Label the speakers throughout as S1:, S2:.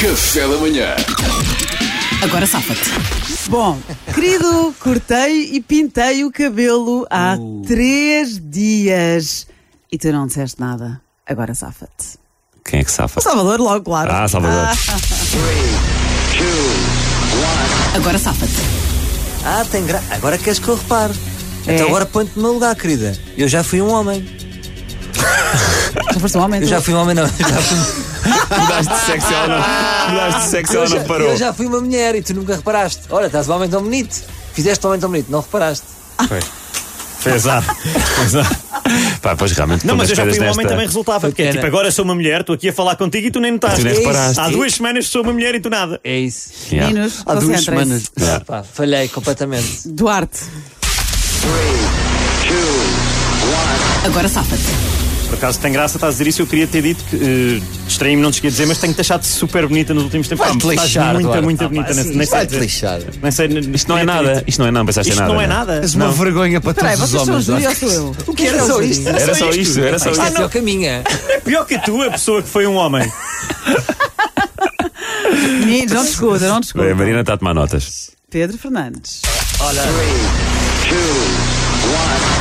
S1: Café da manhã.
S2: Agora safa-te.
S3: Bom, querido, cortei e pintei o cabelo há
S2: Uh.
S3: três dias. E tu não disseste nada. Agora safa-te.
S4: Quem é que safa?
S3: Salvador, logo, claro.
S4: Ah, Salvador.
S2: Agora safa-te.
S5: Ah, tem gra... Agora queres que eu repare.
S3: É.
S5: Então agora põe-te no meu lugar, querida. Eu já fui um homem.
S3: Já foste um homem?
S5: Eu
S3: tu?
S5: já fui um homem, não. Eu já fui...
S4: Mudaste de sexo, ela não, mudaste de sexo,
S5: eu,
S4: ela
S5: já,
S4: não parou.
S5: eu já fui uma mulher e tu nunca reparaste. Olha, estás um homem tão bonito. Fizeste um homem tão bonito, não reparaste.
S4: Foi. Fez a. Fez a. Pá, pois realmente.
S6: Não,
S4: pondo
S6: mas
S4: as
S6: eu já fui
S4: coisas
S6: um homem
S4: nesta-
S6: também resultava. Porque é
S5: Bacana.
S6: tipo, agora sou uma mulher, estou aqui a falar contigo e tu nem notaste.
S4: Tu nem
S5: É isso.
S4: reparaste.
S6: Há
S5: Sim.
S6: duas semanas sou uma mulher e tu nada.
S5: É isso.
S4: Yeah.
S3: Meninos, concentrem-se.
S4: Yeah.
S5: Ah, Pá, falhei completamente.
S3: Duarte,
S2: Agora safa-te.
S6: Por acaso tem graça, estás a dizer isso. Eu queria ter dito que. eh, Distraí-me, não te cheguei a dizer, mas tenho-te achado super bonita nos últimos tempos.
S5: Vai-te
S6: Ah, estás
S5: lixar,
S6: Muita,
S5: Duarte.
S6: muita
S5: Ah, pá,
S6: bonita.
S5: sim.
S6: nem- nem sei
S5: Vai-te
S6: dizer.
S5: lixar.
S6: Nem sei, nem-
S4: Isto não é
S6: queria ter
S4: nada.
S6: dito.
S4: Isto não é nada, pensaste em
S6: Isto
S4: nada.
S6: não é nada.
S7: És uma vergonha para
S3: peraí,
S7: todos os
S3: vocês são o
S7: homens.
S3: Júlio ou
S7: olha.
S3: sou eu?
S5: O que era só isto?
S4: Era só isto, era só
S5: Isto é
S4: isto.
S5: só o caminho. é?
S6: É pior que tu, a pessoa que foi um homem.
S3: Meninos, não discutam, não
S4: Bem, a
S3: discutam.
S4: Marina está a tomar notas.
S3: Pedro Fernandes.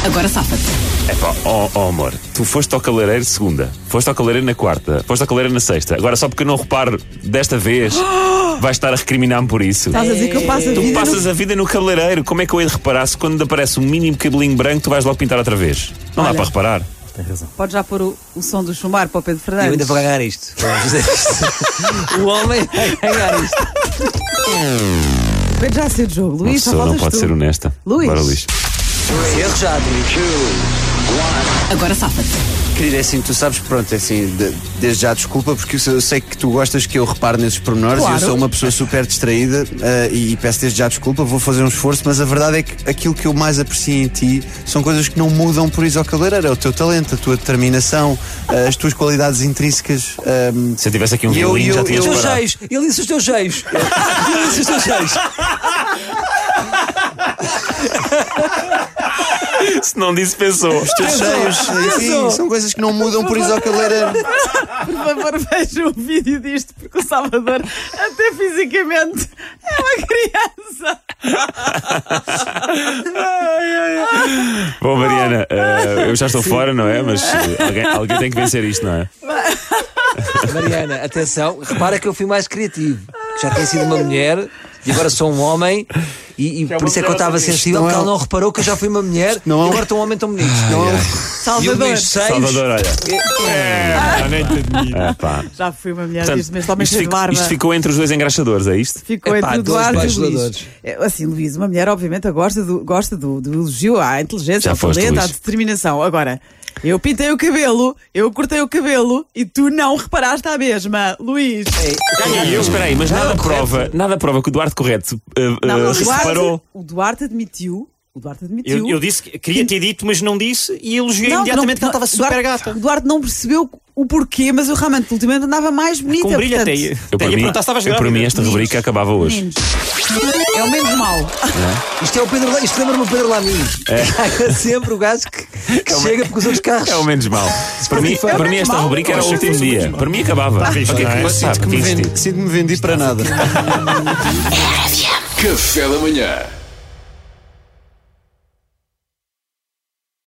S2: Agora safa-te.
S4: É pá, oh, oh, amor, tu foste ao cabeleireiro segunda, foste ao cabeleireiro na quarta, foste ao cabeleireiro na sexta. Agora só porque eu não reparo desta vez, vais estar a recriminar-me por isso.
S3: Estás a dizer que eu passo a
S4: Tu
S3: vida.
S4: passas a vida no cabeleireiro. Como é que eu hei de reparar se quando aparece um mínimo cabelinho branco tu vais logo pintar outra vez? Não
S3: Olha.
S4: dá para reparar.
S3: No... Podes já pôr o, o som do chumbar para o Pedro
S5: Eu
S3: Fernandes.
S5: ainda vou ganhar isto. Vamos dizer isto. o homem vai ganhar isto.
S3: O Pedro já saiu do jogo.
S4: Uma
S3: Luís, só
S4: pessoa não
S3: faltas
S4: pode
S3: tu.
S4: ser honesta.
S3: Luís.
S4: Bora, Luís.
S5: Se erro já,
S2: Agora safa-te.
S7: Querida, é assim, tu sabes, pronto, é assim, de- desde já desculpa, porque eu, eu sei que tu gostas que eu repare nesses pormenores
S3: Claro.
S7: e eu sou uma pessoa super distraída eh, e peço desde já desculpa, vou fazer um esforço, mas a verdade é que aquilo que eu mais aprecio em ti são coisas que não mudam por isso ao cabeleireiro, é o teu talento, a tua determinação, eh, as tuas qualidades intrínsecas. ehm,
S4: Se eu tivesse aqui um
S7: E eu-
S4: violino, já
S7: eu-
S5: Os
S4: tinhas
S7: eu-
S5: teus
S4: parado.
S5: cheios. Ele disse os teus cheios. Ele disse os teus cheios.
S4: Se não disse, pensou.
S7: cheios, enfim, são coisas que não mudam por isso ao cabeleireiro.
S3: Por favor, vejam o vídeo disto, porque o Salvador, até fisicamente, é uma criança.
S4: Bom, Mariana, eh, eu já estou fora, não é? Mas eh, alguém, alguém tem que vencer isto, não é?
S5: Mariana, atenção, repara que eu fui mais criativo. Já tinha sido uma mulher e agora sou um homem. E, e por isso é que eu estava sensível,
S7: Não
S5: porque
S7: é um-
S5: ela não reparou que eu já fui uma mulher
S7: não é
S5: e
S7: um-
S5: agora estou um homem tão bonito. E um
S3: Salvador.
S5: dos seis.
S4: Salvador, olha.
S6: Ah, nem te admito.
S4: É, pá.
S3: Já fui uma mulher
S4: Portanto,
S3: desde mesmo, homem
S4: isto,
S3: cheio de
S4: fico-
S3: barba.
S4: isto ficou entre os dois engraxadores, é isto?
S3: Ficou
S5: Epá,
S3: entre o
S5: dois
S3: Eduardo e o Luís.
S5: bajuladores.
S3: É, Assim, Luís, uma mulher, obviamente, a gosta do, gosta do, do elogio à inteligência,
S4: Já
S3: ao
S4: foste,
S3: talento, à
S4: Luís.
S3: determinação. Agora, eu pintei o cabelo, eu cortei o cabelo e tu não reparaste à mesma, Luís.
S4: É, Mas Espera aí, mas nada
S5: correto.
S4: prova, nada prova que o Duarte Correto eh, eh,
S6: Ah,
S3: Não, o
S4: se
S3: Duarte,
S4: separou.
S3: o Duarte admitiu. O Duarte admitiu.
S6: Eu, eu disse que queria ter dito, mas não disse e elogiei
S3: Não,
S6: imediatamente que
S3: não,
S6: ela estava
S3: Duarte-
S6: super gata.
S3: O Duarte não percebeu o porquê, mas eu realmente ultimamente andava mais bonita.
S6: Com brilho até
S3: portanto,
S6: ia
S4: Eu,
S6: até
S4: para
S6: ia
S4: mim,
S6: perguntar se estavas
S4: eu, para
S6: grávida.
S4: mim, esta rubrica acabava hoje.
S3: Meninos, é o menos mal.
S5: Isto é o Pedro, La- isto lembra-me o Pedro Lamin. É. sempre o gajo que, é que chega porque os outros carros.
S4: É o menos mal. Para mim, para mim esta rubrica era o último dia. Para mim acabava. Ok,
S6: não é?
S4: mas sabe,
S7: Sinto-me
S4: desisti.
S7: vendi- Sinto-me vendi para nada.
S1: Café da manhã.